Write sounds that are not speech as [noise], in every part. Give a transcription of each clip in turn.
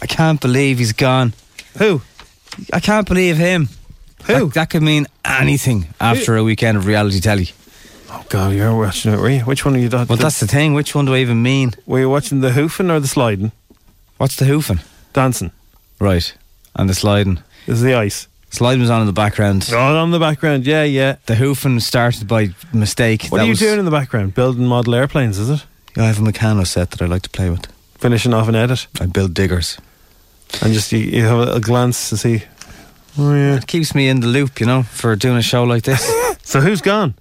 I can't believe he's gone. Who? I can't believe him. Who? That, that could mean anything after a weekend of reality telly. Oh God, you were watching it, were you? Which one are you? That, Well, that's the thing. Which one do I even mean? were you watching the hoofing or the sliding? What's the hoofing? Dancing. Right. And the sliding. This is the ice. Sliding was on in the background. All on the background. Yeah, yeah. The hoofing started by mistake. What That are you was- doing in the background? Building model airplanes, is it? I have a mechano set that I like to play with. Finishing off an edit I build diggers. and just you, you have a little glance to see. Oh yeah. It keeps me in the loop, you know, for doing a show like [laughs] this. So who's gone?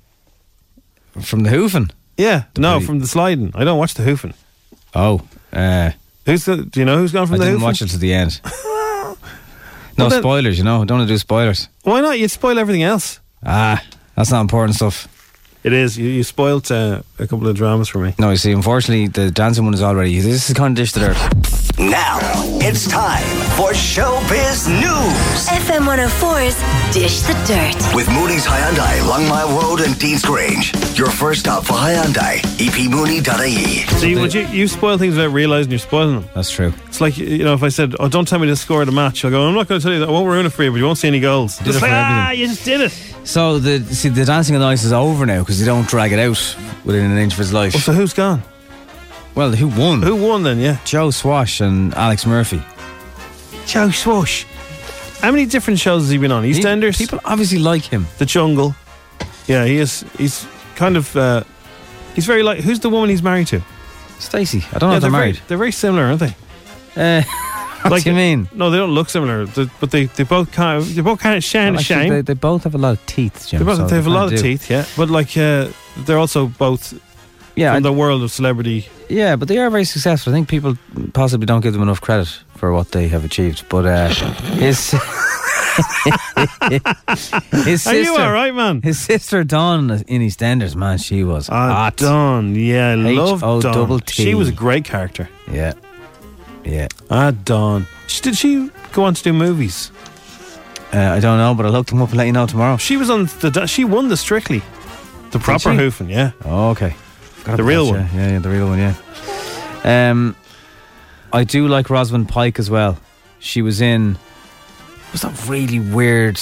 From the hoofing. Yeah. No, bloody- from the sliding. I don't watch the hoofing. Oh, uh, Who's the? Do you know who's gone I from the didn't hoofing? watch it to the [laughs] end. No Well, then- spoilers, you know. I don't want to do spoilers. Why not? You'd spoil everything else. Ah, that's not important stuff. It is. You, you spoiled uh, a couple of dramas for me. No, you see, unfortunately, the dancing one is already. This is kind of dish to dirt. Now it's time for Showbiz News FM 104's Dish the Dirt. with Mooney's Hyundai, Longmire Road, and Dean's Grange. Your first stop for Hyundai, E epmooney.ie. See, would you you spoil things without realizing you're spoiling them? That's true. It's like you know, if I said, "Oh, don't tell me the score of the match," I will go, "I'm not going to tell you that. I won't ruin it for you, but you won't see any goals." it Just for like, ah, everything. you just did it. So the see the dancing on the ice is over now because they don't drag it out within an inch of his life. Well, so who's gone? Well, who won? Who won then? Yeah, Joe Swash and Alex Murphy. Joe Swash. How many different shows has he been on? He- EastEnders, People obviously like him. The Jungle. Yeah, he is. He's kind of. Uh, he's very like. Who's the woman he's married to? Stacey. I don't know if yeah, Oh, they're very- married. they're very similar, aren't they? Uh, [laughs] what Like- do you mean? No, they don't look similar, th- but they, they both kind of they both kind of shine Well, actually, shame. They, they both have a lot of teeth, Jim. They both so they have a kinda lot of do. teeth, yeah. But like, uh, they're also both Yeah, from I- the world of celebrity. yeah, but they are very successful. I think people possibly don't give them enough credit for what they have achieved. But [laughs] uh, his [laughs] his sister, Are you all right, man? his sister Dawn in EastEnders, man, she was Ah, hot. Dawn, yeah, I love H-O-double Dawn. T. She was a great character. Yeah, yeah. Ah, Dawn. She, did she go on to do movies? Uh, I don't know, but I'll look them up and let you know tomorrow. She was on the. da- She won the Strictly, the proper she? hoofing, yeah. Oh, Okay. Gotta The put real that, one. Yeah, yeah, the real one, yeah. Um, I do like Rosamund Pike as well. She was in. Was that really weird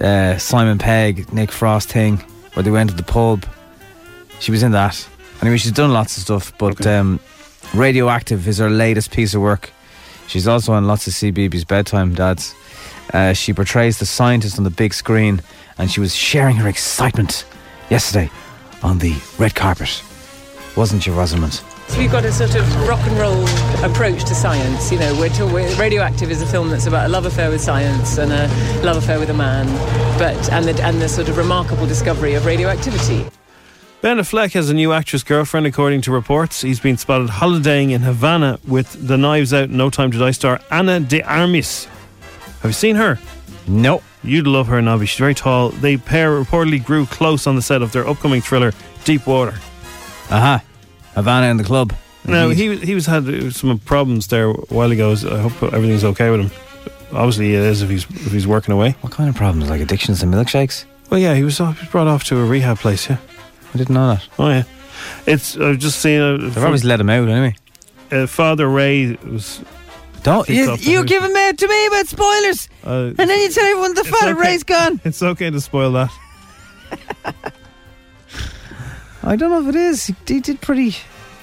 uh, Simon Pegg, Nick Frost thing where they went to the pub? She was in that. Anyway, she's done lots of stuff, but um, Radioactive is her latest piece of work. She's also on lots of CBeebies bedtime dads. Uh, she portrays the scientist on the big screen, and she was sharing her excitement yesterday on the red carpet. Wasn't she, Rosamund? So We've got a sort of rock and roll approach to science. You know, we're, till we're radioactive is a film that's about a love affair with science and a love affair with a man, but and the, and the sort of remarkable discovery of radioactivity. Ben Affleck has a new actress girlfriend, according to reports. He's been spotted holidaying in Havana with the Knives Out No Time to Die star Anna de Armas. Have you seen her? No. You'd love her, Nobby. She's very tall. They pair reportedly grew close on the set of their upcoming thriller, Deep Water. Aha. Havana in the club. Now Indeed. he was- he was had some problems there a while ago. so I hope everything's okay with him. Obviously, it is if he's if he's working away. What kind of problems? Like addictions and milkshakes? Well, yeah, he was off- he was brought off to a rehab place. Yeah, I didn't know that. oh yeah. It's I've just seen a, They've always let him out anyway. uh, Father Ray was. Don't Kicked you, off the you hook. give him out to me about spoilers, Uh, and then you tell everyone the It's father okay. Ray's gone. it's okay to spoil that. I don't know if it is. He, he did pretty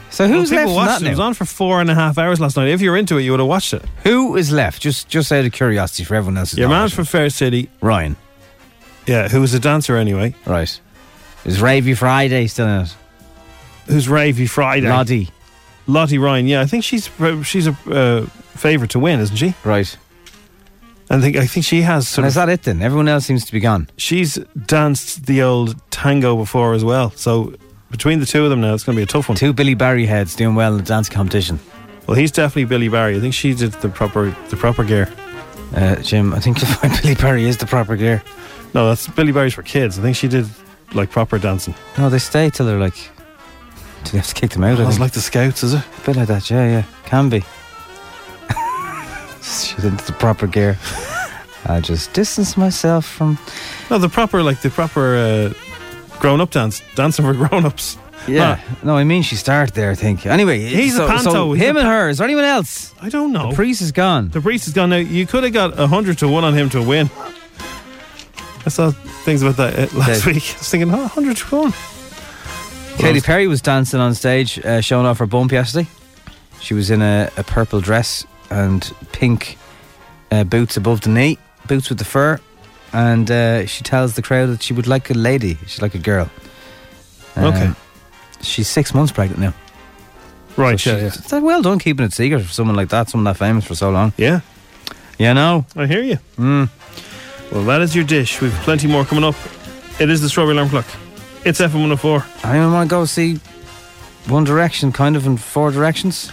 So who's left well, people in watched that it. It was now? on for four and a half hours last night. If you're into it, you would have watched it. Who is left? Just just out of curiosity for everyone else's. Your man knowledge. from Fair City, Ryan. yeah, who was a dancer anyway, Right. Is Ravy Friday still in it? who's Ravey Friday. Lottie. Lottie Ryan. Yeah, I think she's she's a uh, favorite to win, isn't she? Right. I think I think she has. Sort And of, is that it then? Everyone else seems to be gone. she's danced the old tango before as well. So between the two of them now, it's going to be a tough one. Two Billy Barry heads doing well in the dance competition. Well, he's definitely Billy Barry. I think she did the proper the proper gear. Uh, Jim, I think [laughs] you'll find Billy Barry is the proper gear. No, that's Billy Barry's for kids. I think she did like proper dancing. No, they stay till they're like. Till they have to kick them out, I That's think. like the Scouts, is it? Oh, A bit like that, yeah, yeah. Can [laughs] be. She's into the proper gear. I just distance myself from. No, the proper like the proper uh, grown up dance, dancing for [laughs] grown ups. No, I mean, she started there, I think. Anyway, He's so, a So panto, he's him a- and her. Is there anyone else? I don't know. The priest is gone. The priest is gone now. You could have got a hundred to one on him to win. I saw things about that uh, last Okay. week. I was thinking, oh, hundred to one. Katy Perry was dancing on stage, uh, showing off her bump yesterday. She was in a, a purple dress and pink uh, boots above the knee, boots with the fur, and uh, she tells the crowd that she would like a lady. She'd like a girl. Okay. She's six months pregnant now. Right, She- It's like, well done keeping it secret for someone like that, someone that famous for so long. yeah. You know? I hear you. Well, that is your dish. We've plenty more coming up. It is the strawberry alarm clock. It's FM 104. I want to go see One Direction, kind of in four directions.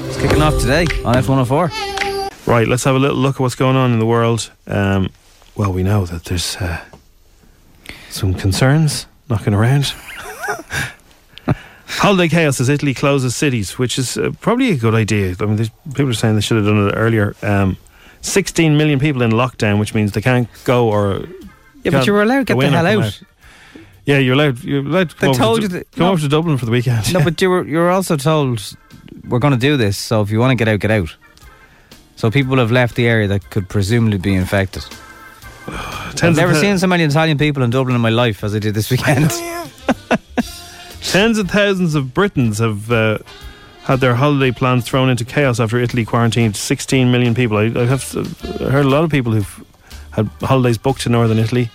It's kicking off today on F104. Right, let's have a little look at what's going on in the world. Um, well, we know that there's uh, some concerns knocking around. [laughs] Holiday chaos as Italy closes cities, which is uh, probably a good idea. I mean, there's- people are saying they should have done it earlier. Um, 16 million people in lockdown, which means they can't go or. Yeah, but can't you were allowed to get go the in or hell come out. Yeah, you're allowed. You're allowed to come They over told to, you Du- that- come no. over to Dublin for the weekend. No, but you were you were also told we're going to do this. So if you want to get out, get out. So people have left the area that could presumably be infected. I've [laughs] Tens of never thou- seen so many Italian people in Dublin in my life as I did this [laughs] weekend. Tens of thousands of Britons have uh, had their holiday plans thrown into chaos after Italy quarantined 16 million people. I, I have uh, heard a lot of people who've had holidays booked to northern Italy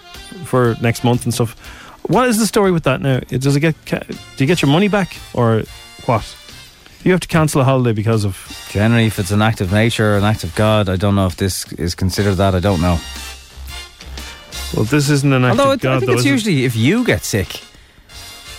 for next month and stuff. What is the story with that now? It- Does it get ca- do you get your money back or what? Do you have to cancel a holiday because of Generally, if it's an act of nature or an act of God, I don't know if this is considered that. I don't know. well, this isn't an act Although of it, God, I think though, it's is it? usually if you get sick,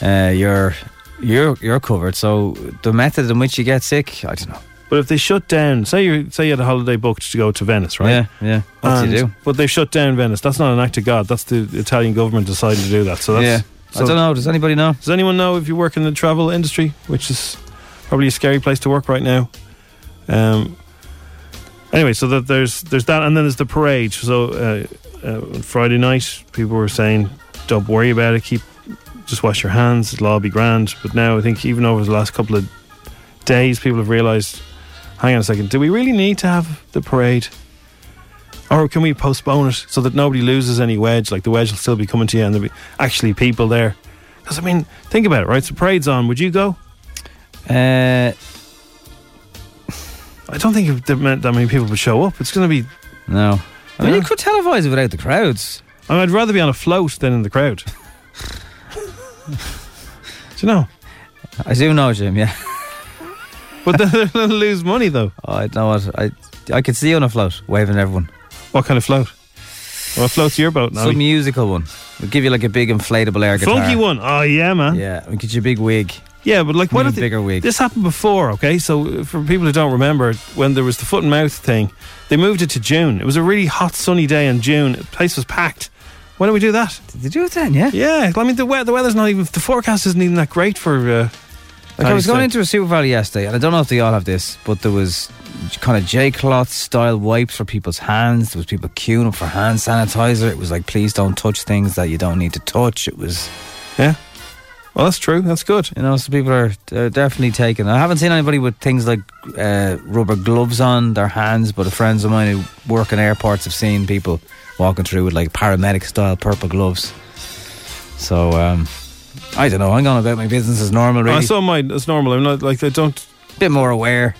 uh, you're you're you're covered. So the method in which you get sick, I don't know. But if they shut down, say you say you had a holiday booked to go to Venice, right? Yeah, yeah. What do you And- do? But they've shut down Venice. That's not an act of God. That's the Italian government deciding to do that. So that's. Yeah, so- I don't know. Does anybody know? Does anyone know if you work in the travel industry, which is probably a scary place to work right now? Um. Anyway, so that there's there's that, and then there's the parade. So uh, uh, on Friday night, people were saying, "Don't worry about it. Keep just wash your hands. It'll all be grand." But now I think even over the last couple of days, people have realised, "Hang on a second. Do we really need to have the parade?" Or can we postpone it so that nobody loses any wedge? Like the wedge will still be coming to you, and there'll be actually people there. Because I mean, think about it, right? So parade's on. Would you go? Uh, I don't think if there meant that many people would show up. It's going to be. no. I mean, Yeah. you could televise it without the crowds. I mean, I'd rather be on a float than in the crowd. [laughs] Do you know? I do know, Jim. [laughs] Yeah, But then they're going to lose money, though. Oh, I know what I. I could see you on a float waving at everyone. What kind of float? Well, float's your boat now. Some musical one. We'll give you like a big inflatable air guitar. Funky one. Oh yeah, man. Yeah, Yeah, we get you a big wig. but like, what Need a if the- bigger wig. This happened before, okay? So uh, for people who don't remember, when there was the foot and mouth thing, they moved it to June. It was a really hot, sunny day in June. The place was packed. Why don't we do that? Did they do it then? Yeah. Yeah, I mean the weather, the weather's not even the forecast isn't even that great for. Uh, Like I was going Tyson. into a Super Valley yesterday, and I don't know if they all have this, but there was kind of J cloth style wipes for people's hands. There was people queuing up for hand sanitizer. It was like, please don't touch things that you don't need to touch. It was, Yeah, well that's true. That's good. you know, so people are uh, definitely taking. I haven't seen anybody with things like uh, rubber gloves on their hands, but friends of mine who work in airports have seen people walking through with like paramedic style purple gloves. So um, I don't know. I'm going about my business as normal, really. I saw mine. It's normal. I'm not like I don't. bit more aware.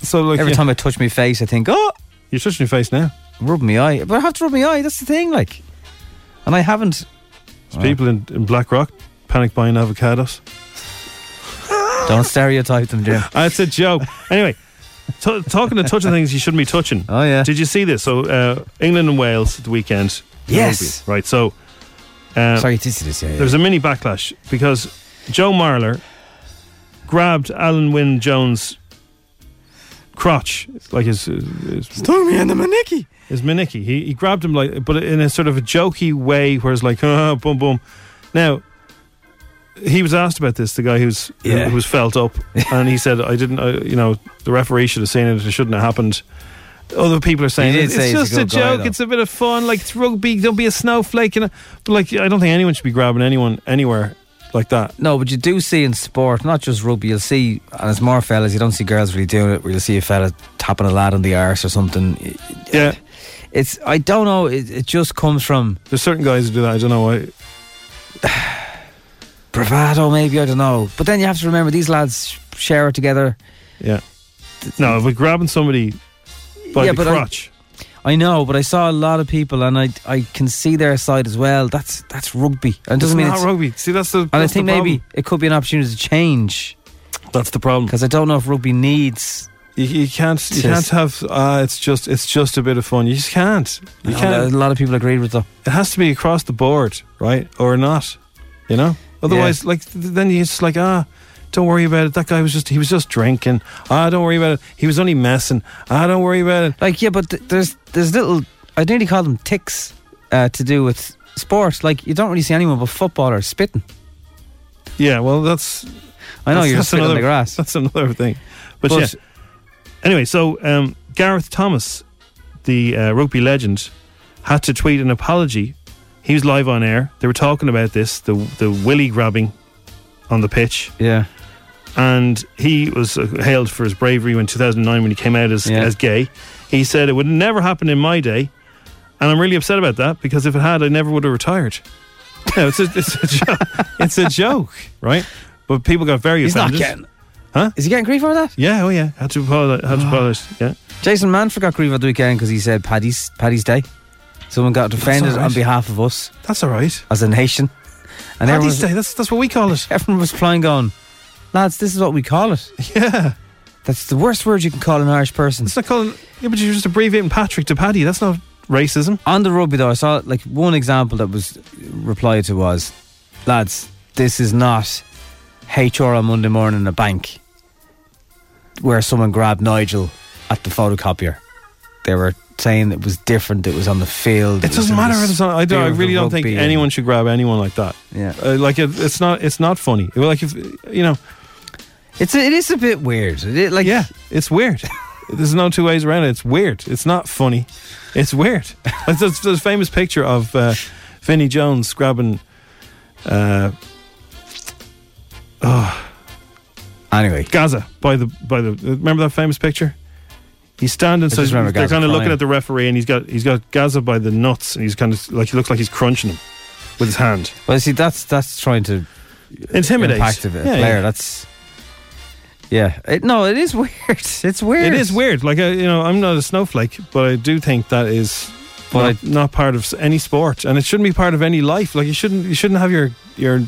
So like Every yeah, time I touch my face, I think, oh, you're touching your face now. rub my eye. But I have to rub my eye. That's the thing, like. And I haven't. There's people in, in Black Rock panic buying avocados. [laughs] Don't stereotype them, Jim. That's Ah, [laughs] a joke. Anyway, t- talking to touching things you shouldn't be touching. Oh, yeah. Did you see this? So uh, England and Wales at the weekend. Yes. Nairobi. Right. So. Uh, Sorry, this is yeah, yeah. There was a mini backlash because Joe Marler grabbed Alan Wynne Jones' crotch, like his uh, his, Threw me in the manicky. his minicky. He, he grabbed him like, but in a sort of a jokey way, where it's like, ah, boom, boom. Now, he was asked about this. The guy who's Yeah. who was [laughs] felt up, and he said, "I didn't, I, you know, the referee should have seen it. It shouldn't have happened." Other people are saying He did it's say he's a just a, good guy, joke. though. it's a bit of fun. Like it's rugby, don't be a snowflake. You know, but like I don't think anyone should be grabbing anyone anywhere like that. No, but you do see in sport, not just rugby, you'll see, and it's more fellas, you don't see girls really doing it, where you'll see a fella tapping a lad on the arse or something. Yeah, It's, I don't know, it, it just comes from there's certain guys who do that. I don't know why. bravado, maybe, I don't know. But then you have to remember these lads share it together. Yeah, no, but grabbing somebody by Yeah, the but I- crotch. I know, but I saw a lot of people, and I, I can see their side as well. That's that's rugby, and it doesn't mean not it's. rugby. See, that's the. And I that's think the problem. maybe it could be an opportunity to change that's the problem. because I don't know if rugby needs. You, you can't. You can't Just- have. Ah, it's just. It's just a bit of fun. You just can't. You A can't. lot of people agreed with that. It has to be across the board, right, or not. You know. Otherwise, like th- then you just like ah. Don't worry about it. That guy was just, he was just drinking. Ah, don't worry about it. He was only messing. Ah, don't worry about it. Like yeah, but th- there's there's little I nearly call them ticks uh, to do with sports. Like you don't really see anyone but footballers spitting. Yeah, well, that's, I know That's- you're that's just spitting on another- the grass. that's another thing. But, But- yeah. Anyway, so um, Gareth Thomas, the uh, rugby legend, had to tweet an apology. He was live on air. They were talking about this, the the willy grabbing on the pitch, Yeah, and he was uh, hailed for his bravery in 2009 when he came out as Yeah. as gay. He said it would never happen in my day, and I'm really upset about that because if it had, I never would have retired. [laughs] No, it's a, it's a joke. it's a joke, right? But people got very he's not offended. getting. Huh? Is he getting grief over that? Yeah, oh yeah. Had to apologize. Had to apologize. Yeah. Jason Manford got grief over the weekend because he said Paddy's Paddy's Day. Someone got offended all right. on behalf of us That's all right. as a nation, and everyone Paddy's was, Day. That's that's what we call it. [laughs] everyone was flying going, lads. This is what we call it. [laughs] Yeah. That's the worst word you can call an Irish person. It's not calling. Yeah, but you're just abbreviating Patrick to Paddy. That's not racism. On the rugby though, I saw like one example that was replied to was, lads, this is not HR on Monday morning in a bank where someone grabbed Nigel at the photocopier. They were saying it was different. It was on the field. It was doesn't in matter. the If it's not, I, don't, I spirit of really don't think rugby and- anyone should grab anyone like that. Yeah, Uh, like it, it's not. It's not funny. Like if you know. it's a, it is a bit weird. It, like Yeah. It's [laughs] weird. There's no two ways around it. It's weird. It's not funny. It's [laughs] weird. Like there's, there's a famous picture of uh, Vinnie Jones grabbing. Uh, Anyway, Gaza by the by the. uh, Remember that famous picture? He's standing, so just remember they're Gaza kind of looking crying. at the referee, and he's got he's got Gaza by the nuts, and he's kind of like he looks like he's crunching him with his hand. well, see, that's that's trying to Intimidate. impact of a Yeah, player. yeah. That's yeah. It, no, it is [laughs] weird. It's weird. It is weird. Like I, you know, I'm not a snowflake, but I do think that is But not, not part of s- any sport, and it shouldn't be part of any life. Like you shouldn't you shouldn't have your your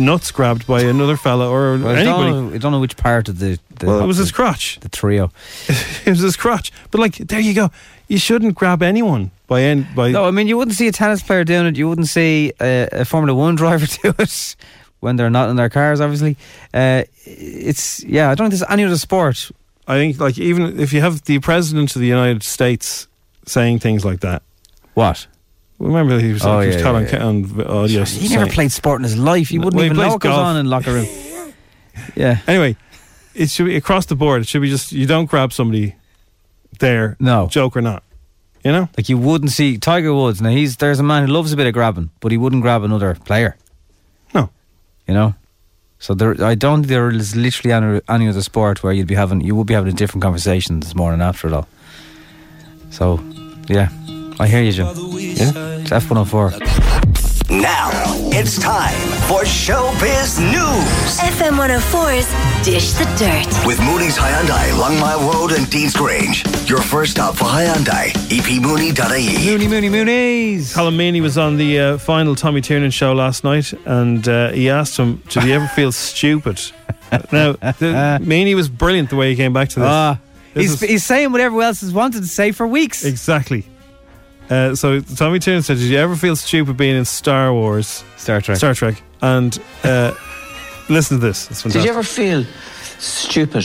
nuts grabbed by another fella or Well, I anybody. don't, know, I don't know which part of the, the Well, it was [laughs] his crotch. [laughs] the trio. It was his crotch. But like, there you go. You shouldn't grab anyone by end by. No, I mean you wouldn't see a tennis player doing it. You wouldn't see a, a Formula One [laughs] driver do it when they're not in their cars. Obviously, uh, it's yeah. I don't think there's any other sport. I think like even if you have the president of the United States saying things like that. What? Remember he was, Oh, he was yeah, caught yeah, on, on audio. He never saying- played sport in his life. He No, wouldn't well, he even know plays what goes golf. on in locker room. [laughs] yeah. Anyway, it should be across the board. It should be just you don't grab somebody there, No. joke or not. You know, Like you wouldn't see Tiger Woods. Now he's there's a man who loves a bit of grabbing, but he wouldn't grab another player. no. You know. So there, I don't. think There is literally any, any other sport where you'd be having, you would be having a different conversation this morning after it all. So, yeah, I hear you, Jim. Yeah. oh It's F one hundred four. Now, It's time for Showbiz News FM 104's Dish the Dirt. with Mooney's Hyundai, Longmire Road, and Dean's Grange. Your first stop for Hyundai, E epmooney.ie. Mooney, Mooney, Moonies. Colin Meaney was on the uh, final Tommy Tiernan show last night, and uh, he asked him, "Did he ever feel stupid?" [laughs] Now, the, Meaney was brilliant the way he came back to this. Ah, This he's, is- he's saying what everyone else has wanted to say for weeks. Exactly. Uh, so Tommy Tiernan said, "Did you ever feel stupid being in Star Wars, Star Trek. Star Trek?" And uh, listen to this. It's fantastic. Did you ever feel stupid?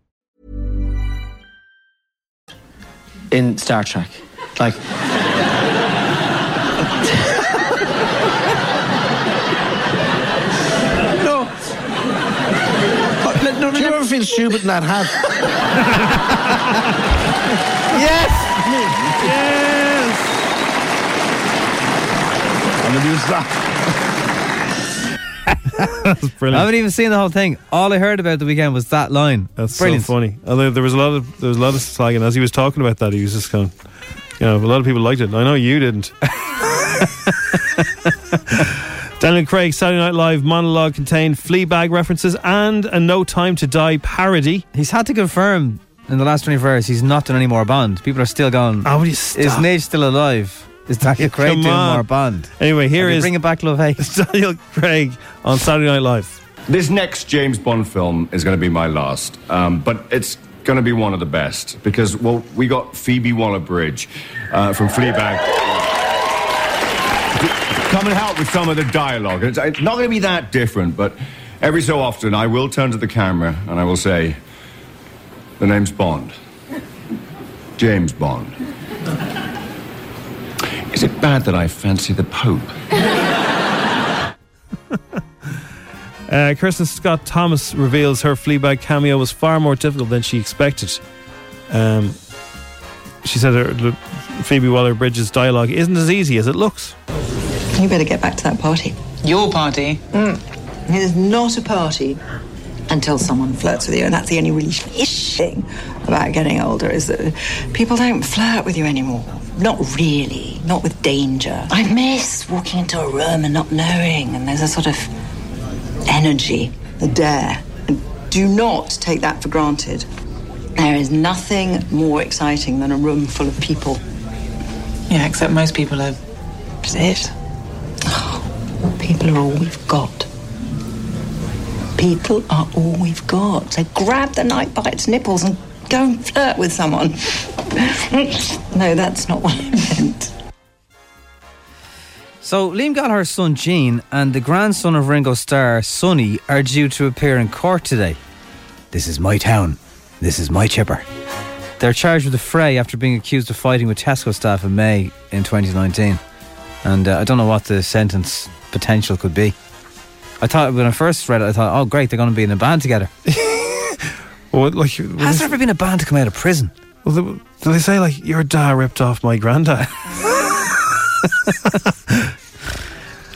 in Star Trek. Like. no. No, no, Do you ever feel stupid in that [laughs] hat? Yes! Yes. I'm gonna use that. That's I brilliant. haven't even seen the whole thing. All I heard about the weekend was that line. That's brilliant. so funny. Although there was a lot of there was a lot of slag, and as he was talking about that, he was just going, you know, a lot of people liked it. and I know [laughs] you didn't. Daniel Craig, Saturday Night Live monologue contained Fleabag references and a No Time to Die parody. He's had to confirm in the last 24 hours he's not done any more Bond. People are still going, Oh, will you is stop? Nate still alive? Is Daniel Craig Come doing on. more Bond? Anyway, here Can you is Bring it back, Love Hey. [laughs] Daniel Craig on Saturday Night Live. This next James Bond film is going to be my last, um, but it's going to be one of the best because, well, we got Phoebe Waller Bridge uh, from Fleabag. Come and help with some of the dialogue. It's, it's not going to be that different, but every so often I will turn to the camera and I will say, The name's Bond. James Bond. Is it bad that I fancy the Pope? Uh, Kirsten Scott Thomas reveals her Fleabag cameo was far more difficult than she expected. Um, she said her, the Phoebe Waller Bridge's dialogue isn't as easy as it looks. You better get back to that party. Your party. It is not a party until someone flirts with you, and that's the only really ish thing about getting older is that people don't flirt with you anymore. Not really, not with danger. I miss walking into a room and not knowing, and there's a sort of energy, a dare. And do not take that for granted. There is nothing more exciting than a room full of people. Yeah, except most people are. That's it. people are all we've got. People are all we've got. So grab the night by its nipples and go and flirt with someone. [laughs] no, that's not what I meant. So Liam Gallagher's son Gene and the grandson of Ringo Starr, Sonny, are due to appear in court today. This is my town. This is my chipper. They're charged with a fray after being accused of fighting with Tesco staff in May in 2019. And uh, I don't know what the sentence potential could be. I thought when I first read it, I thought, oh great, they're going to be in a band together. Well, like, Has there ever been a band to come out of prison? well, they, well, they say like your dad ripped off my granddad.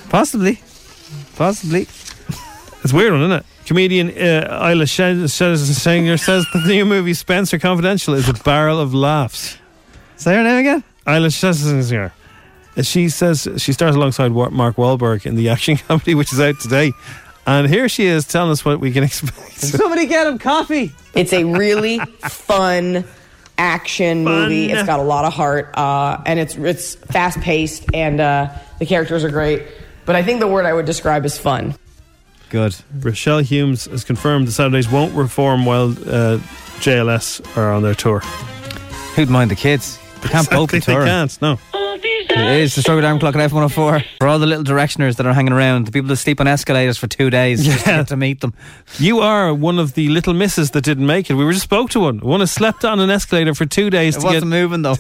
Possibly. Possibly. It's a weird one, isn't it? Comedian uh, Isla Sch- Sch- Sanger says the new movie Spencer Confidential is a barrel of laughs. Say her name again. Isla Schlesinger. She says she stars alongside Wa- Mark Wahlberg in the action [laughs] comedy, which is out today. And here she is telling us what we can [laughs] expect. Somebody get him coffee. It's a really fun action movie. It's got a lot of heart, uh, and it's it's fast paced, and uh, the characters are great. But I think the word I would describe is fun. Good. Rochelle Humes has confirmed the Saturdays won't reform while uh, JLS are on their tour. Who'd mind the kids? They can't both be Exactly, they touring. can't, no. It is the Strawberry Alarm Clock at F104. For all the little directioners that are hanging around, the people that sleep on escalators for two days just to, get to meet them. You are one of the little misses that didn't make it. We were just spoke to one. One has slept on an escalator for two days It to wasn't get. moving though.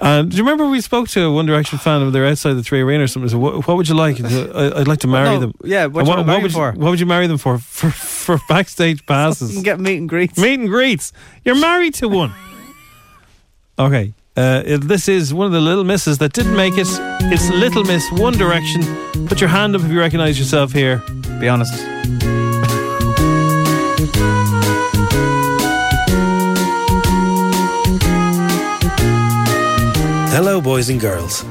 Uh, do you remember we spoke to a One Direction fan and they're outside the Three Arena or something? So what, what would you like? And so, I, I'd like to marry No, them. yeah, what And do you wanna marry would for? You, what would you marry them for? [laughs] For for backstage [laughs] passes. You can get meet and greets. [laughs] Meet and greets. You're married to one. [laughs] Okay. Uh, it- this is one of the little misses that didn't make it. It's Little Miss One Direction. Put your hand up if you recognize yourself here. Be honest. Hello, boys and girls.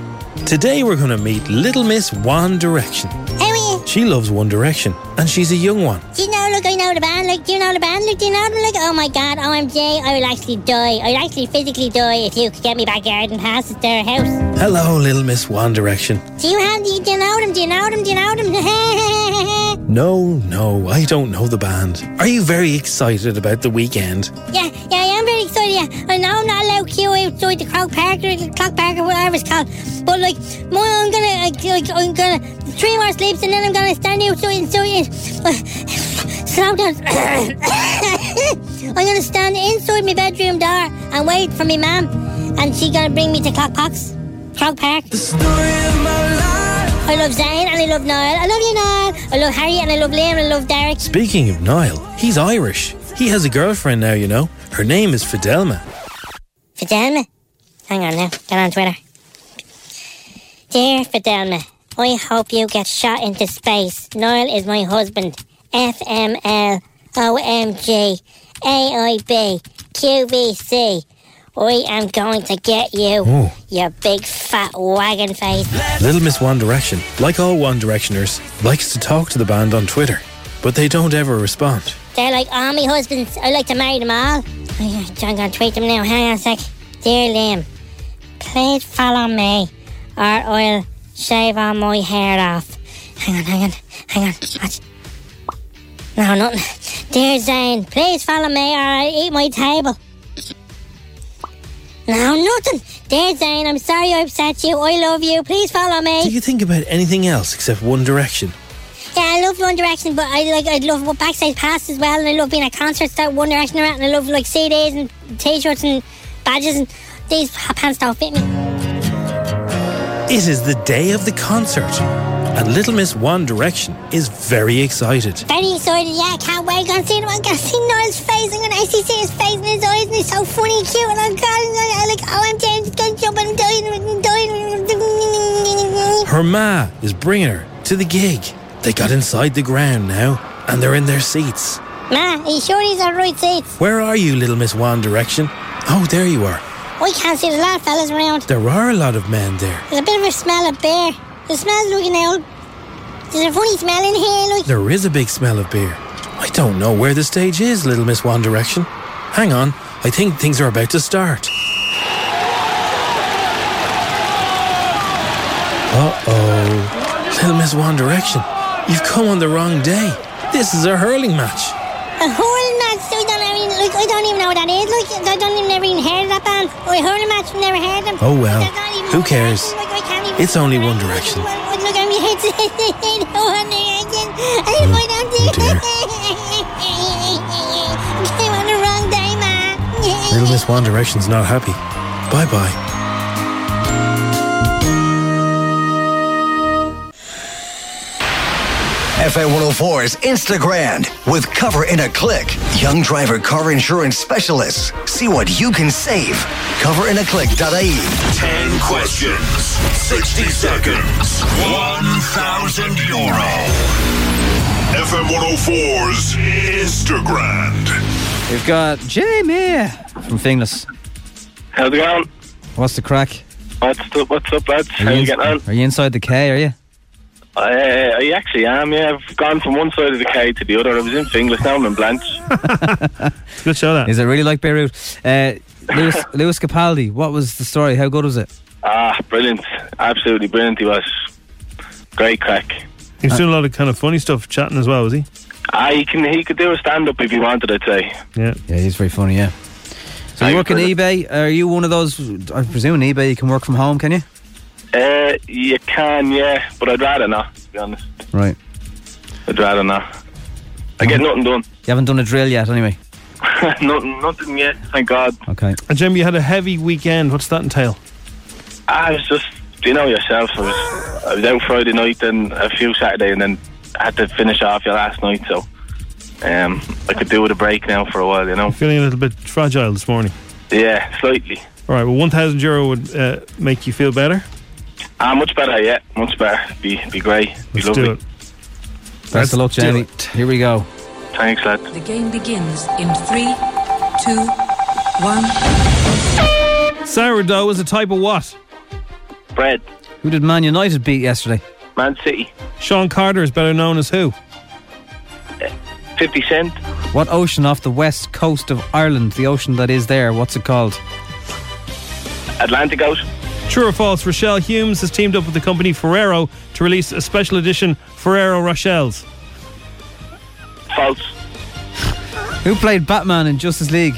Today we're going to meet Little Miss One Direction. How are you? She loves One Direction, and she's a young one. Do you know, look, I know the band, look, do you know the band, look, do you know them, look, oh my god, OMG, I would actually die, I would actually physically die if you could get me backyard and pass it to their house. Hello, Little Miss One Direction. Do you have, do you, do you know them, do you know them, [laughs] do you know them? No, no, I don't know the band. Are you very excited about the weekend? yeah, yeah, I am very excited, yeah, I know I'm not allowed to queue outside the Croc Park or the Clock Park or whatever it's called, but like, my, I'm gonna, like, like, I'm gonna, three more sleeps and then I'm gonna stand outside and so it, [laughs] slow down. I'm gonna stand inside my bedroom door and wait for me mum, and she gonna bring me to Clockbox, Clock Park. I love Zayn and I love Niall. I love you, Niall. I love Harry and I love Liam and I love Derek. Speaking of Niall, he's Irish. He has a girlfriend now, you know. Her name is Fidelma. Fidelma. Hang on now. Get on Twitter. Dear Fidelma, I hope you get shot into space. Niall is my husband. F M L O M G A I B Q B C. I am going to get you, Ooh. you big fat wagon face. Little Miss One Direction, like all One Directioners, likes to talk to the band on Twitter, but they don't ever respond. They're like all my husbands. I like to marry them all. I'm gonna tweet them now. Hang on a sec. Dear Liam, please follow me, or I'll shave all my hair off. Hang on, hang on, hang on. Watch. No, nothing. Dear Zane, please follow me, or I'll eat my table. No, nothing. Dear Zane, I'm sorry I upset you. I love you. Please follow me. Do you think about anything else except One Direction? Yeah, I love One Direction, but I like I love what Backstage Pass as well, and I love being at concerts that One Direction are at, and I love like CDs and T-shirts and badges, and these pants don't fit me. It is the day of the concert, and Little Miss One Direction is very excited. Very excited, yeah, I can't wait. I'm gonna see him. I'm gonna see Noel's face. I'm gonna actually see his face and his eyes, and he's so funny and cute. And I'm gonna, I'm gonna I'm like, oh, I'm dead, I'm just gonna jump and I'm dying, I'm dying. Her ma is bringing her to the gig. They got inside the ground now, and they're in their seats. Ma, are you sure these are the right seats? Where are you, Little Miss One Direction? Oh, there you are. I can't see. There's a lot of fellas around. There are a lot of men there. There's a bit of a smell of beer. The smell's looking old. There's a funny smell in here, like. There is a big smell of beer. I don't know where the stage is, Little Miss One Direction. Hang on, I think things are about to start. Uh oh. Little Miss One Direction, you've come on the wrong day. This is a hurling match. A whole match, I don't even, like, I don't even know what that is. Like, I don't even never even heard of that band. Or a whole match, never heard them. Oh well, Like, I don't even who know what that is. cares? Like, I can't even. It's only One Direction. Like, look at me, [laughs] it's it's One Direction. I Oh, don't find out the. [laughs] Came on the wrong day, ma. Little Miss One Direction's not happy. Bye bye. FA104's Instagram with Cover in a Click. Young driver car insurance specialists. See what you can save. Coverinaclick.ie. 10 questions, 60 seconds, 1,000 euro. FM 104's Instagram. We've got Jamie from Finglas. How's it going? What's the crack? What's up, what's up lads? How you in- getting on? Are you inside the K, are you? I, I actually am, yeah. I've gone from one side of the K to the other. I was in Finglas, now I'm in Blanche. [laughs] Good show that. Is it really like Beirut? Uh, [laughs] Lewis, Lewis Capaldi, what was the story? How good was it? Ah, brilliant. Absolutely brilliant he was. Great crack. He was doing a lot of kind of funny stuff, chatting as well, was he? Ah, he, can, he could do a stand-up if he wanted, I'd say. Yeah. Yeah, he's very funny, yeah. So you work in eBay. Are you one of those? I presume in eBay you can work from home, can you? Uh, you can, yeah, but I'd rather not, to be honest. Right. I'd rather not. I get nothing done. [laughs] You haven't done a drill yet, anyway. nothing, nothing yet, thank God. Okay. And Jim, you had a heavy weekend. What's that entail? I was Ah, just, you know yourself, I was, I was out Friday night and a few Saturday and then had to finish off your last night, so um, I could do with a break now for a while, you know? Feeling a little bit fragile this morning. Yeah, slightly. All right, well, 1,000 euro would uh, make you feel better. Ah, much better, yeah, much better. Be, be great, be Let's lovely. do it. Best of luck, do Jamie. Here we go. Thanks, lad. The game begins in three, two, one. Sourdough is a type of what? Bread. Who did Man United beat yesterday? Man City. Sean Carter is better known as who? 50 Cent. What ocean off the west coast of Ireland? The ocean that is there. What's it called? Atlantic out. True or false, Rochelle Humes has teamed up with the company Ferrero to release a special edition Ferrero Rochelles. False. Who played Batman in Justice League?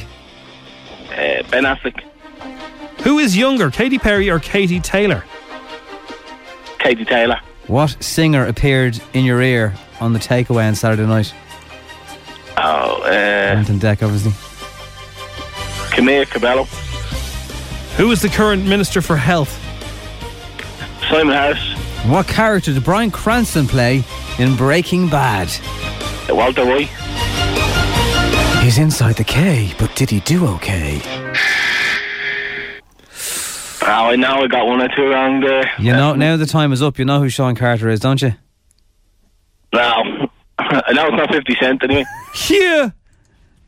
Uh, ben Affleck. Who is younger, Katy Perry or Katie Taylor? Katie Taylor. What singer appeared in your ear on the takeaway on Saturday night? Oh, uh, Anton Deck, obviously. Camille Cabello. Who is the current Minister for Health? Simon Harris. What character did Brian Cranston play in Breaking Bad? Walter Roy. He's inside the K, but did he do okay? Oh, I know I got one or two wrong there. You know, now the time is up. You know who Sean Carter is, don't you? No. [laughs] I know it's not 50 Cent anyway. Yeah.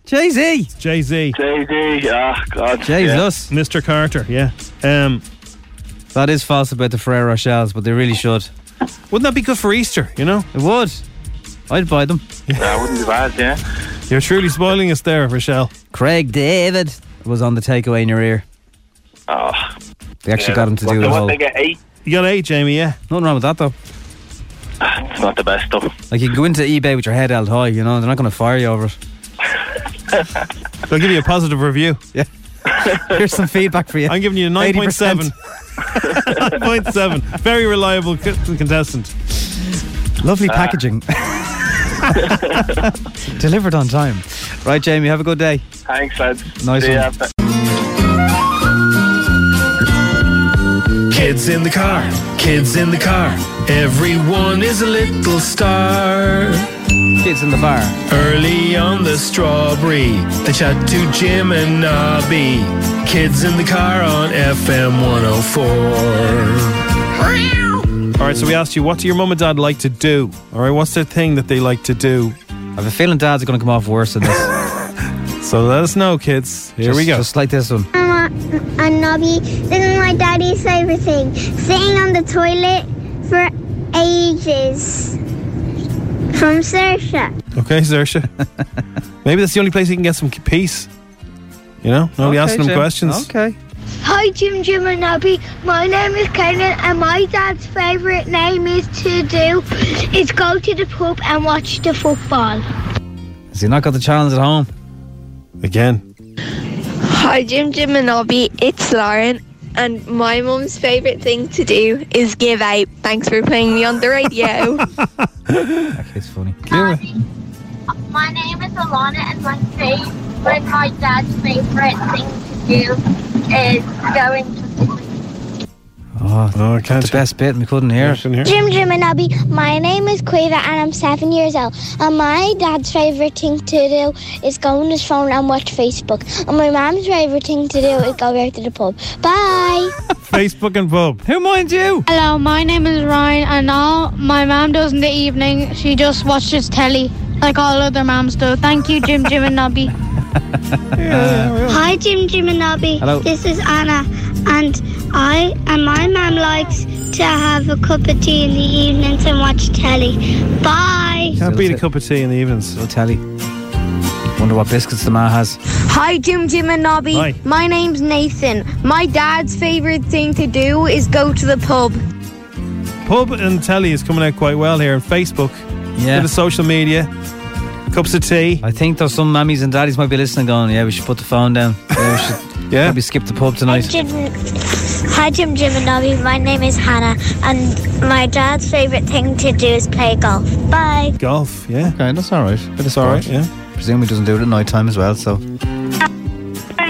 Jay Z. Jay Z. Jay Z. Ah, God. [laughs] yeah. Jesus. Mr. Carter, yeah. Um, that is false about the Ferrero Rochelles, but they really should. Wouldn't that be good for Easter, you know? It would. I'd buy them. That wouldn't be bad, yeah. You're truly spoiling us there, Rochelle. Craig David was on the takeaway in your ear. Oh. They actually got him to do the whole. get eight? You got eight, Jamie, yeah. Nothing wrong with that, though. It's not the best stuff. Like, you can go into eBay with your head held high, you know, they're not going to fire you over it. They'll give you a positive review. Yeah. Here's some feedback for you. I'm giving you a 9.7. 80%. [laughs] 9.7. Very reliable co- contestant. Lovely packaging. Delivered on time. Right, Jamie, have a good day. Thanks, lads. Nice See one. ya. Kids in the car, kids in the car. Everyone is a little star. Kids in the bar. Early on the strawberry, they chat to Jim and Nobby. Kids in the car on FM 104. All right, so we asked you, what do your mum and dad like to do? All right, what's their thing that they like to do? I have a feeling dads are going to come off worse than this. So let us know, kids. Here we Just- go. Just like this one. Mama and Nobby, this is my daddy's favorite thing. Sitting on the toilet for ages. From Sersha. Okay, [laughs] Zersha. Maybe that's the only place you can get some peace. You know, nobody Okay, asking them Jim. questions. Okay. Hi Jim, Jim and Nobby. My name is Kenan and my dad's favorite name is to do is go to the pub and watch the football. Has he not got the challenge at home? Again. Hi, Jim, Jim, and Nobby. It's Lauren, and my mum's favourite thing to do is give out. Thanks for playing me on the radio. It's funny. My name is Alana and my favorite my dad's favorite thing to do is going to Oh, the best bit, and we couldn't hear it. Jim Jim and Abby, my name is Quiva and I'm seven years old. And my dad's favourite thing to do is go on his phone and watch Facebook. And my mom's favourite thing to do is go out to the pub. Bye. [laughs] Facebook and pub. Who minds you? [laughs] Hello, my name is Ryan, and all my mom does in the evening, she just watches telly, like all other moms do. Thank you, Jim Jim and Nobby. [laughs] Hi, Jim Jim and Nobby. Hello. This is Anna, and I and my mum likes to have a cup of tea in the evenings and watch telly. Bye. Can't beat a cup of tea in the evenings. I'll tell you. Wonder what biscuits the ma has. Hi, Jim, Jim, and Nobby. Hi. My name's Nathan. My dad's favourite thing to do is go to the pub. Pub and telly is coming out quite well here, and Facebook, Yeah. bit of social media, cups of tea. I think there's some mummies and daddies might be listening, going, "Yeah, we should put the phone down. Yeah, we should yeah. maybe skip the pub tonight." Jim, hi, Jim Jim and Nobby. My name is Hannah, and my dad's favourite thing to do is play golf. Bye. Golf, yeah. Okay, that's all right. But it's all right, yeah. Presume he doesn't do it at night time as well, so.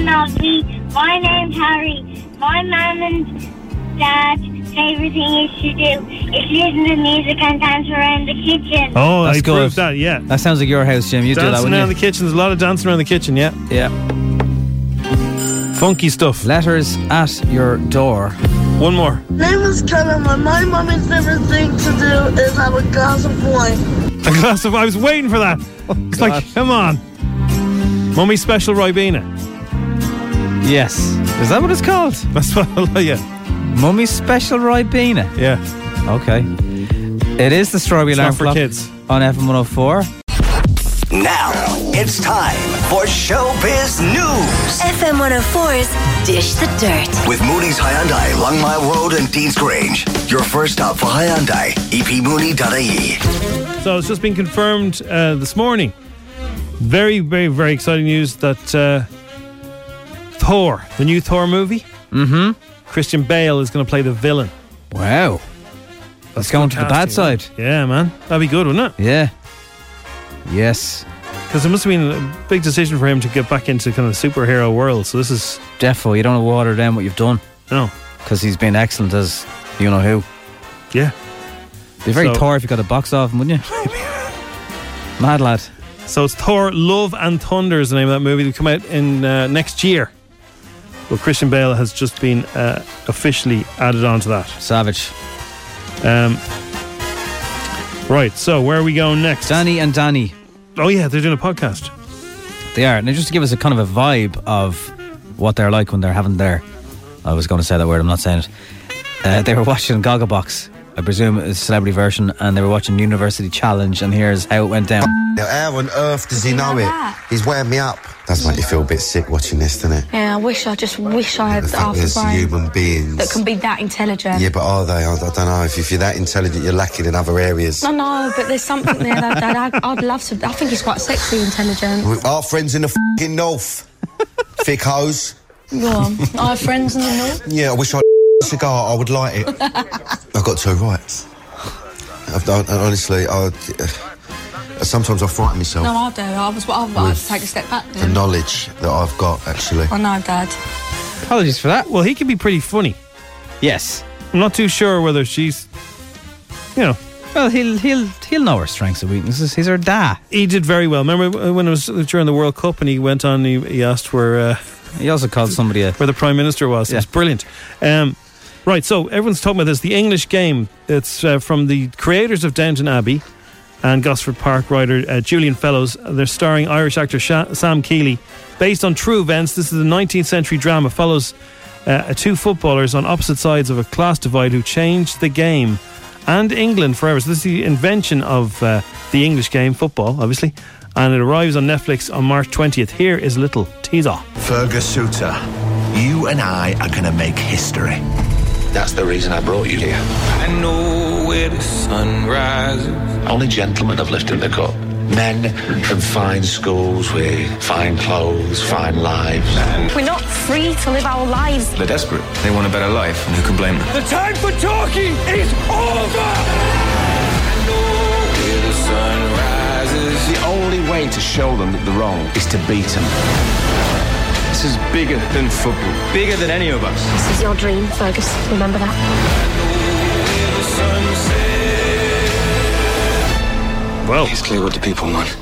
Nobby. My name's Harry. My mum and dad's favourite thing is to do is listen to music and dance around the kitchen. Oh, That's I good. proved that, yeah. That sounds like your house, Jim. You do that, dancing wouldn't around you? the kitchen. There's a lot of dancing around the kitchen, yeah. Yeah. Funky stuff. Letters at your door. One more. name is Callum, and my mummy's favorite thing to do is have a glass of wine. A glass of. I was waiting for that. It's like, come on. Mummy special Ribena. Yes. Is that what it's called? [laughs] That's what, yeah. Mummy special Ribena. Yeah. Okay. It is the strawberry It's alarm not for clock kids. on FM 104. Now it's time for Showbiz News FM 104's Dish the Dirt. with Mooney's Hyundai, Longmire Road, and Dean's Grange. Your first stop for Hyundai, E epmooney.ie. So it's just been confirmed uh, this morning. Very, very, very exciting news that uh, Thor, the new Thor movie, mm-hmm. Christian Bale is going to play the villain. Wow. That's going to the bad side. Yeah, man. That'd be good, wouldn't it? Yeah. Yes. Because it must have been a big decision for him to get back into kind of the superhero world. So this is. Defo, you don't want to water down what you've done. No. Because he's been excellent as you know who. Yeah. Be very So- Thor if you got a box off him, wouldn't you? [laughs] Mad lad. So it's Thor Love and Thunder is the name of that movie. It'll come out in uh, next year. Well, Christian Bale has just been uh, officially added on to that. Savage. Um, right, so where are we going next? Danny and Danny. Oh, yeah, they're doing a podcast. They are. And just to give us a kind of a vibe of what they're like when they're having their. I was going to say that word, I'm not saying it. Uh, they were watching Gogglebox, I presume it's a celebrity version, and they were watching University Challenge, and here's how it went down. Now, how on earth does he know it? He's wound me up. Does make you feel a bit sick watching this, doesn't it? Yeah, I wish, I just wish I had The half fact a there's brain human that beings. can be that intelligent. Yeah, but are Oh, they? I, I don't know. If, if you're that intelligent, you're lacking in other areas. No, no, but there's something there that, that I'd, I'd love to. I think he's quite sexy intelligent. We- Our friends in the fing north. Thick hoes. Go on. I have friends in the north. Yeah, I wish I had a cigar. I would [laughs] light it. I got two rights. I've done, and honestly, I, uh, sometimes I frighten myself. No, I do. I was. I, I had With to take a step back The then. knowledge that I've got, actually. I know, Dad. Apologies for that. Well, he can be pretty funny. Yes. I'm not too sure whether she's, you know. Well, he'll he'll he'll know her strengths and weaknesses. He's her da. He did very well. Remember when it was during the World Cup and he went on. He, he asked where. Uh, he also called somebody where the Prime Minister was. It was brilliant. Um, right, so everyone's talking about this. The English Game. It's uh, from the creators of Downton Abbey and Gosford Park writer uh, Julian Fellows. They're starring Irish actor Sha- Sam Keeley, based on true events. This is a 19th century drama. Follows uh, two footballers on opposite sides of a class divide who changed the game and England forever. So this is the invention of uh, the English game, football, obviously. And it arrives on Netflix on March 20th. Here is a little teaser. Fergus Suter, you and I are going to make history. That's the reason I brought you here. I know where the sun rises. Only gentlemen have lifted the cup. Men from fine schools with fine clothes, fine lives. And We're not free to live our lives. they're desperate. They want a better life, and who can blame them? The time for talking is over! The sun rises. The only way to show them that they're wrong is to beat them. This is bigger than football, bigger than any of us. This is your dream, Fergus. Remember that. Well, it's clear what the people want.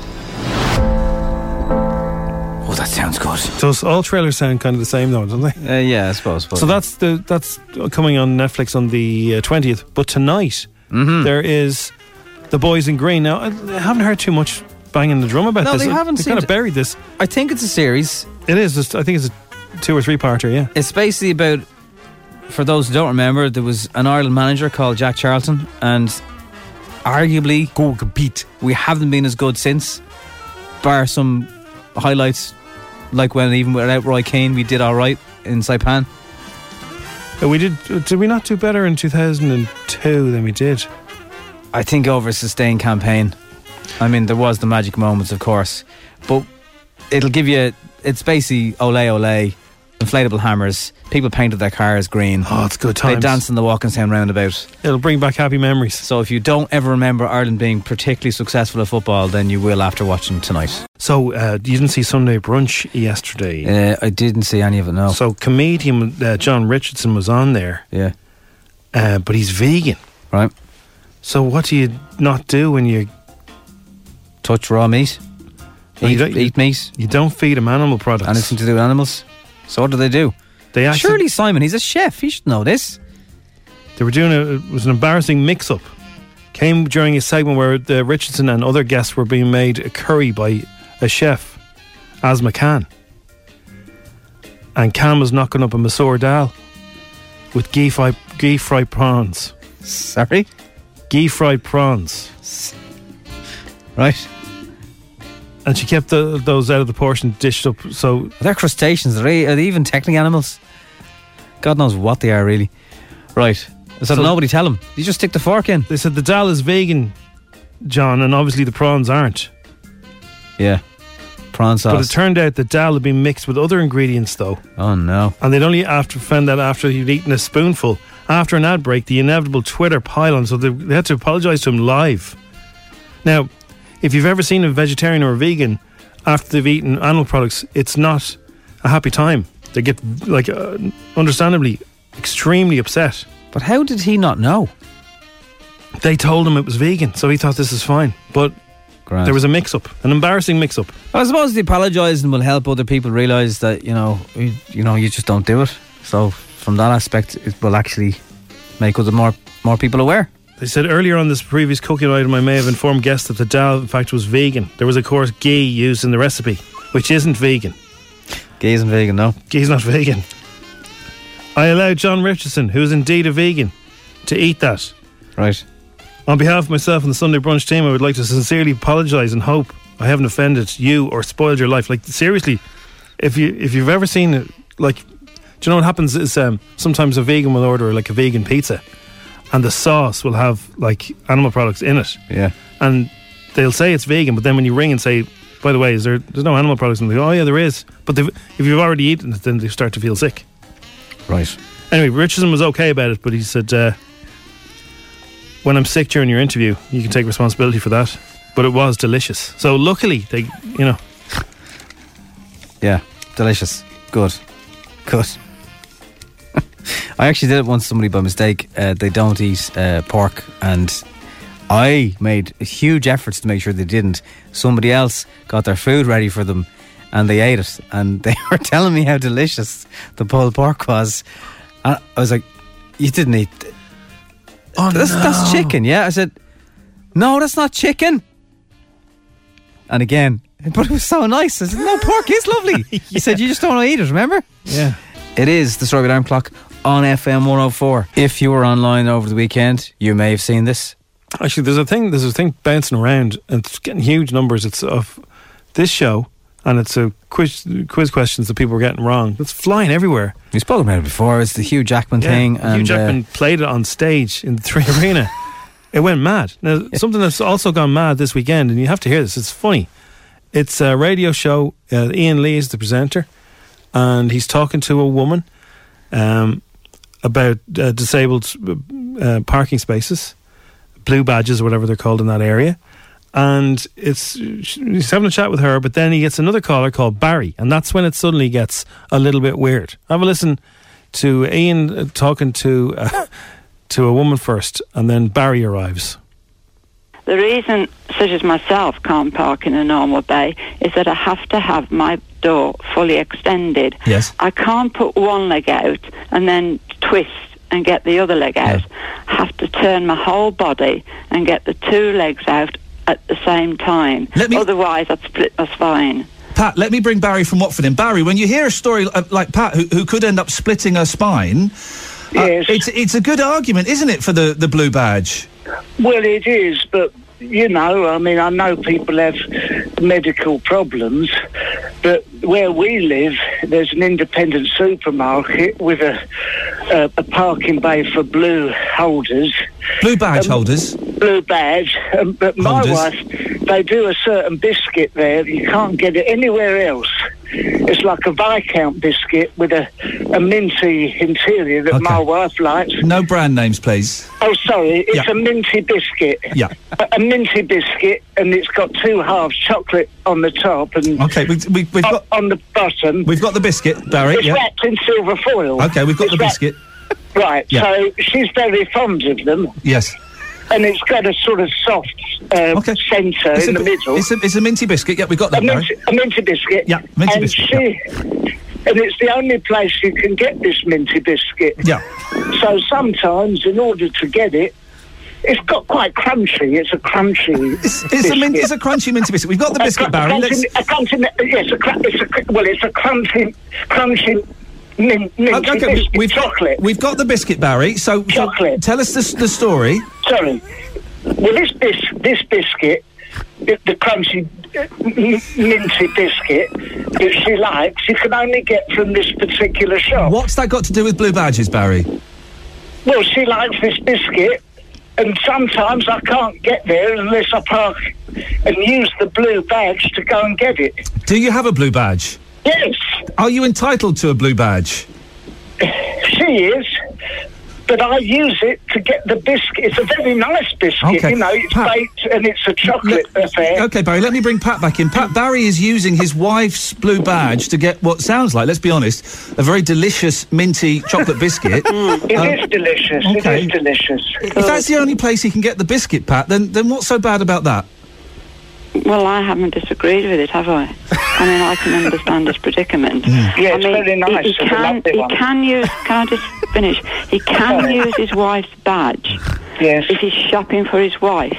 Oh, that sounds good. So it's- all trailers sound kind of the same, though, don't they? Uh, yeah, I suppose. but- So that's the that's coming on Netflix on the uh, twentieth. But tonight Mm-hmm. there is the Boys in Green. Now I haven't heard too much banging the drum about No, this. they haven't kind seemed- of buried this. I think it's a series. It is. It's, I think it's a two or three parter. Yeah. It's basically about, for those who don't remember, there was an Ireland manager called Jack Charlton, and arguably, go beat. We haven't been as good since, bar some highlights, like when even without Roy Keane, we did all right in Saipan. Uh, We did. Did we not do better in two thousand and two than we did? I think over a sustained campaign. I mean, there was the magic moments, of course, but it'll give you. It's basically ole ole, inflatable hammers. People painted their cars green. Oh, it's good They times. danced in the Walkinstown roundabout. It'll bring back happy memories. So if you don't ever remember Ireland being particularly successful at football, then you will after watching tonight. So uh, you didn't see Sunday brunch yesterday. Uh, I didn't see any of it. No. So comedian uh, John Richardson was on there. Yeah. Uh, but he's vegan. Right. So what do you not do when you touch raw meat? Oh, you Eat- don't- eat meat. You don't feed them animal products. Anything to do with animals. So what do they do? They actually, surely Simon, he's a chef. He should know this. They were doing a, it was an embarrassing mix-up. Came during a segment where the Richardson and other guests were being made a curry by a chef, Asma Khan. And Khan was knocking up a Masoor dal with ghee fried, ghee fried prawns. Sorry? Ghee fried prawns. Right. And she kept the, those out of the portion dished up. So They're crustaceans. Are they, are they even technically animals? God knows what they are, really. Right. So, So- nobody tell him. You just stick the fork in. They said the dal is vegan, John, and obviously the prawns aren't. Yeah. Prawn But sauce. it turned out the dal had been mixed with other ingredients, though. oh, no. And they'd only after found that after he'd eaten a spoonful. After an ad break, the inevitable Twitter pylon, so they, they had to apologise to him live. Now, if you've ever seen a vegetarian or a vegan after they've eaten animal products, it's not a happy time. They get, like, uh, understandably, extremely upset. But how did he not know? They told him it was vegan, so he thought this is fine. But Grand. there was a mix up, an embarrassing mix up. I suppose the apologising will help other people realise that, you know, you, you know, you just don't do it. So, from that aspect, it will actually make other more, more people aware. They said earlier on this previous cooking item, I may have informed guests that the dal, in fact, was vegan. There was, of course, ghee used in the recipe, which isn't vegan. Ghee isn't vegan, no. Ghee's not [laughs] vegan. I allowed John Richardson, who is indeed a vegan, to eat that. Right. On behalf of myself and the Sunday Brunch team, I would like to sincerely apologise and hope I haven't offended you or spoiled your life. Like seriously, if you if you've ever seen it, like, do you know what happens is um, sometimes a vegan will order like a vegan pizza, and the sauce will have like animal products in it. Yeah. And they'll say it's vegan, but then when you ring and say, by the way, is there there's no animal products, and they go, oh yeah, there is. But they've- if you've already eaten it, then they start to feel sick. Right. Anyway, Richardson was okay about it, but he said, uh, "When I'm sick during your interview, you can take responsibility for that." But it was delicious. So luckily, they, you know, Yeah, delicious. Good. Good. [laughs] I actually did it once to somebody by mistake. Uh, they don't eat uh, pork, and I made huge efforts to make sure they didn't. Somebody else got their food ready for them, and they ate it, and [laughs] they were telling me how delicious the pulled pork was. And I was like, "You didn't eat? Oh, that's, that's chicken, yeah." I said, "No, that's not chicken." And again, [laughs] but it was so nice. I said, no, pork is [laughs] lovely. He said, you just don't want to eat it, remember? Yeah. It is the Strawberry Alarm Clock on FM 104. If you were online over the weekend, you may have seen this. actually, there's a thing, there's a thing bouncing around, and it's getting huge numbers. It's of this show, and it's a quiz quiz questions that people were getting wrong. It's flying everywhere. We spoke about it before. It's the Hugh Jackman thing. Hugh and, uh, Jackman played it on stage in the Three [laughs] Arena. It went mad. [laughs] Now, something that's also gone mad this weekend, and you have to hear this. It's funny. It's a radio show. Uh, Ian Lee is the presenter, and he's talking to a woman um, about uh, disabled uh, parking spaces, blue badges or whatever they're called in that area. and it's he's having a chat with her, but then he gets another caller called Barry, and that's when it suddenly gets a little bit weird. Have a listen to Ian uh, talking to uh, [laughs] to a woman first, and then Barry arrives. The reason such as myself can't park in a normal bay is that I have to have my door fully extended. Yes. I can't put one leg out and then twist and get the other leg out. I have to turn my whole body and get the two legs out at the same time. Otherwise, I'd split my spine. Pat, let me bring Barry from Watford in. Barry, when you hear a story li- like Pat, who, who could end up splitting her spine, uh, it's it's a good argument, isn't it, for the, the blue badge? Well, it is, but you know, I mean, I know people have medical problems, but where we live, there's an independent supermarket with a a, a parking bay for blue holders. Um, Blue badge holders. Blue badge, um, but my Holders. wife, they do a certain biscuit there. You can't get it anywhere else. It's like a Viscount biscuit with a, a minty interior that my wife likes. No brand names, please. Oh, sorry, it's Yeah. a minty biscuit. Yeah. A, a minty biscuit, and it's got two halves, chocolate on the top and Okay, we, we, we've got on the bottom. We've got the biscuit, Barry. it's yeah. wrapped in silver foil. Okay, we've got It's the wrapped- biscuit. Right, Yeah. so she's very fond of them, Yes. and it's got a sort of soft uh, centre It's in the a bi- middle. It's a, it's a minty biscuit. Yeah, we got that, a, Barry. minty, a minty biscuit. Yeah, minty and biscuit, She, And it's the only place you can get this minty biscuit. Yeah. So sometimes, in order to get it, it's got quite crunchy. It's a crunchy. It's, It's a, min- it's a crunchy minty biscuit. We've got the biscuit, Barry. crunchy, Let's, a crunchy, yes, a cr- it's a cr- well, it's a crunchy, crunchy min- minty Okay, okay, we- biscuit, we've got- chocolate. We've got the biscuit, Barry. So, so tell us the, s- the story. Sorry. Well, this bis- this biscuit, the, the crunchy uh, m- minty biscuit that she likes, you can only get from this particular shop. What's that got to do with blue badges, Barry? Well, she likes this biscuit, and sometimes I can't get there unless I park and use the blue badge to go and get it. Do you have a blue badge? Yes. Are you entitled to a blue badge? She is. But I use it to get the biscuit. It's a very nice biscuit, Okay. uh, you know. It's baked and it's a chocolate affair. Okay, Barry, let me bring Pat back in. Pat, Barry is using his wife's blue badge to get what sounds like, let's be honest, a very delicious minty chocolate biscuit. It is Um, delicious. okay. It is delicious. If that's the only place he can get the biscuit, Pat, then, then what's so bad about that? Well, I haven't disagreed with it, have I? I mean, I can understand his predicament. Yeah, I it's mean, very he- nice. He, It's a can, lovely he one. can use. Can I just finish? He can Sorry. use his wife's badge. Yes. If he's shopping for his wife,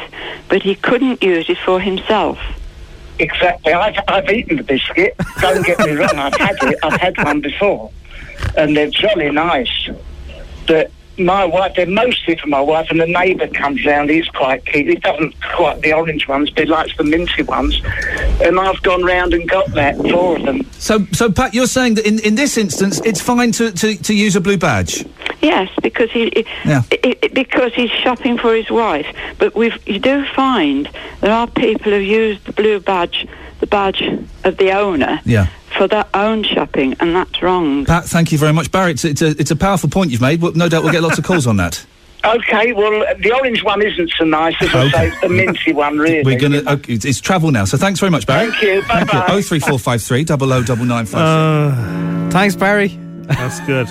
but he couldn't use it for himself. Exactly. I've, I've eaten the biscuit. Don't get me wrong. I've had it. I've had one before, and they're jolly nice. But my wife, they're mostly for my wife, and the neighbour comes round. He's quite keen. He doesn't quite the orange ones, but he likes the minty ones. And I've gone round and got that four of them. So, so Pat, you're saying that in, in this instance, it's fine to, to, to use a blue badge? Yes, because he Yeah. i- i- because he's shopping for his wife. But we you do find there are people who use the blue badge, the badge of the owner, Yeah. for their own shopping, and that's wrong. Pat, thank you very much. Barry, it's, it's, a, it's a powerful point you've made. Well, no doubt we'll get lots of calls on that. Okay. Well, the orange one isn't so nice as I say. The minty one, [laughs] really. We're going to. Okay, it's, it's travel now, so thanks very much, Barry. Thank you. Bye bye. Oh three four five three double O double nine five. Uh, Thanks, Barry. That's good.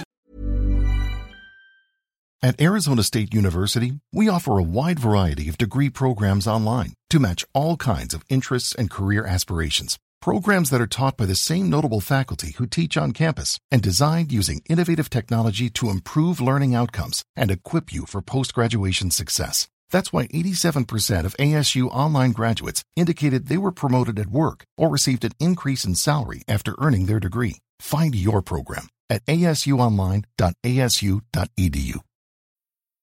At Arizona State University, we offer a wide variety of degree programs online to match all kinds of interests and career aspirations. Programs that are taught by the same notable faculty who teach on campus and designed using innovative technology to improve learning outcomes and equip you for post graduation success. That's why 87% of ASU online graduates indicated they were promoted at work or received an increase in salary after earning their degree. Find your program at asuonline.asu.edu.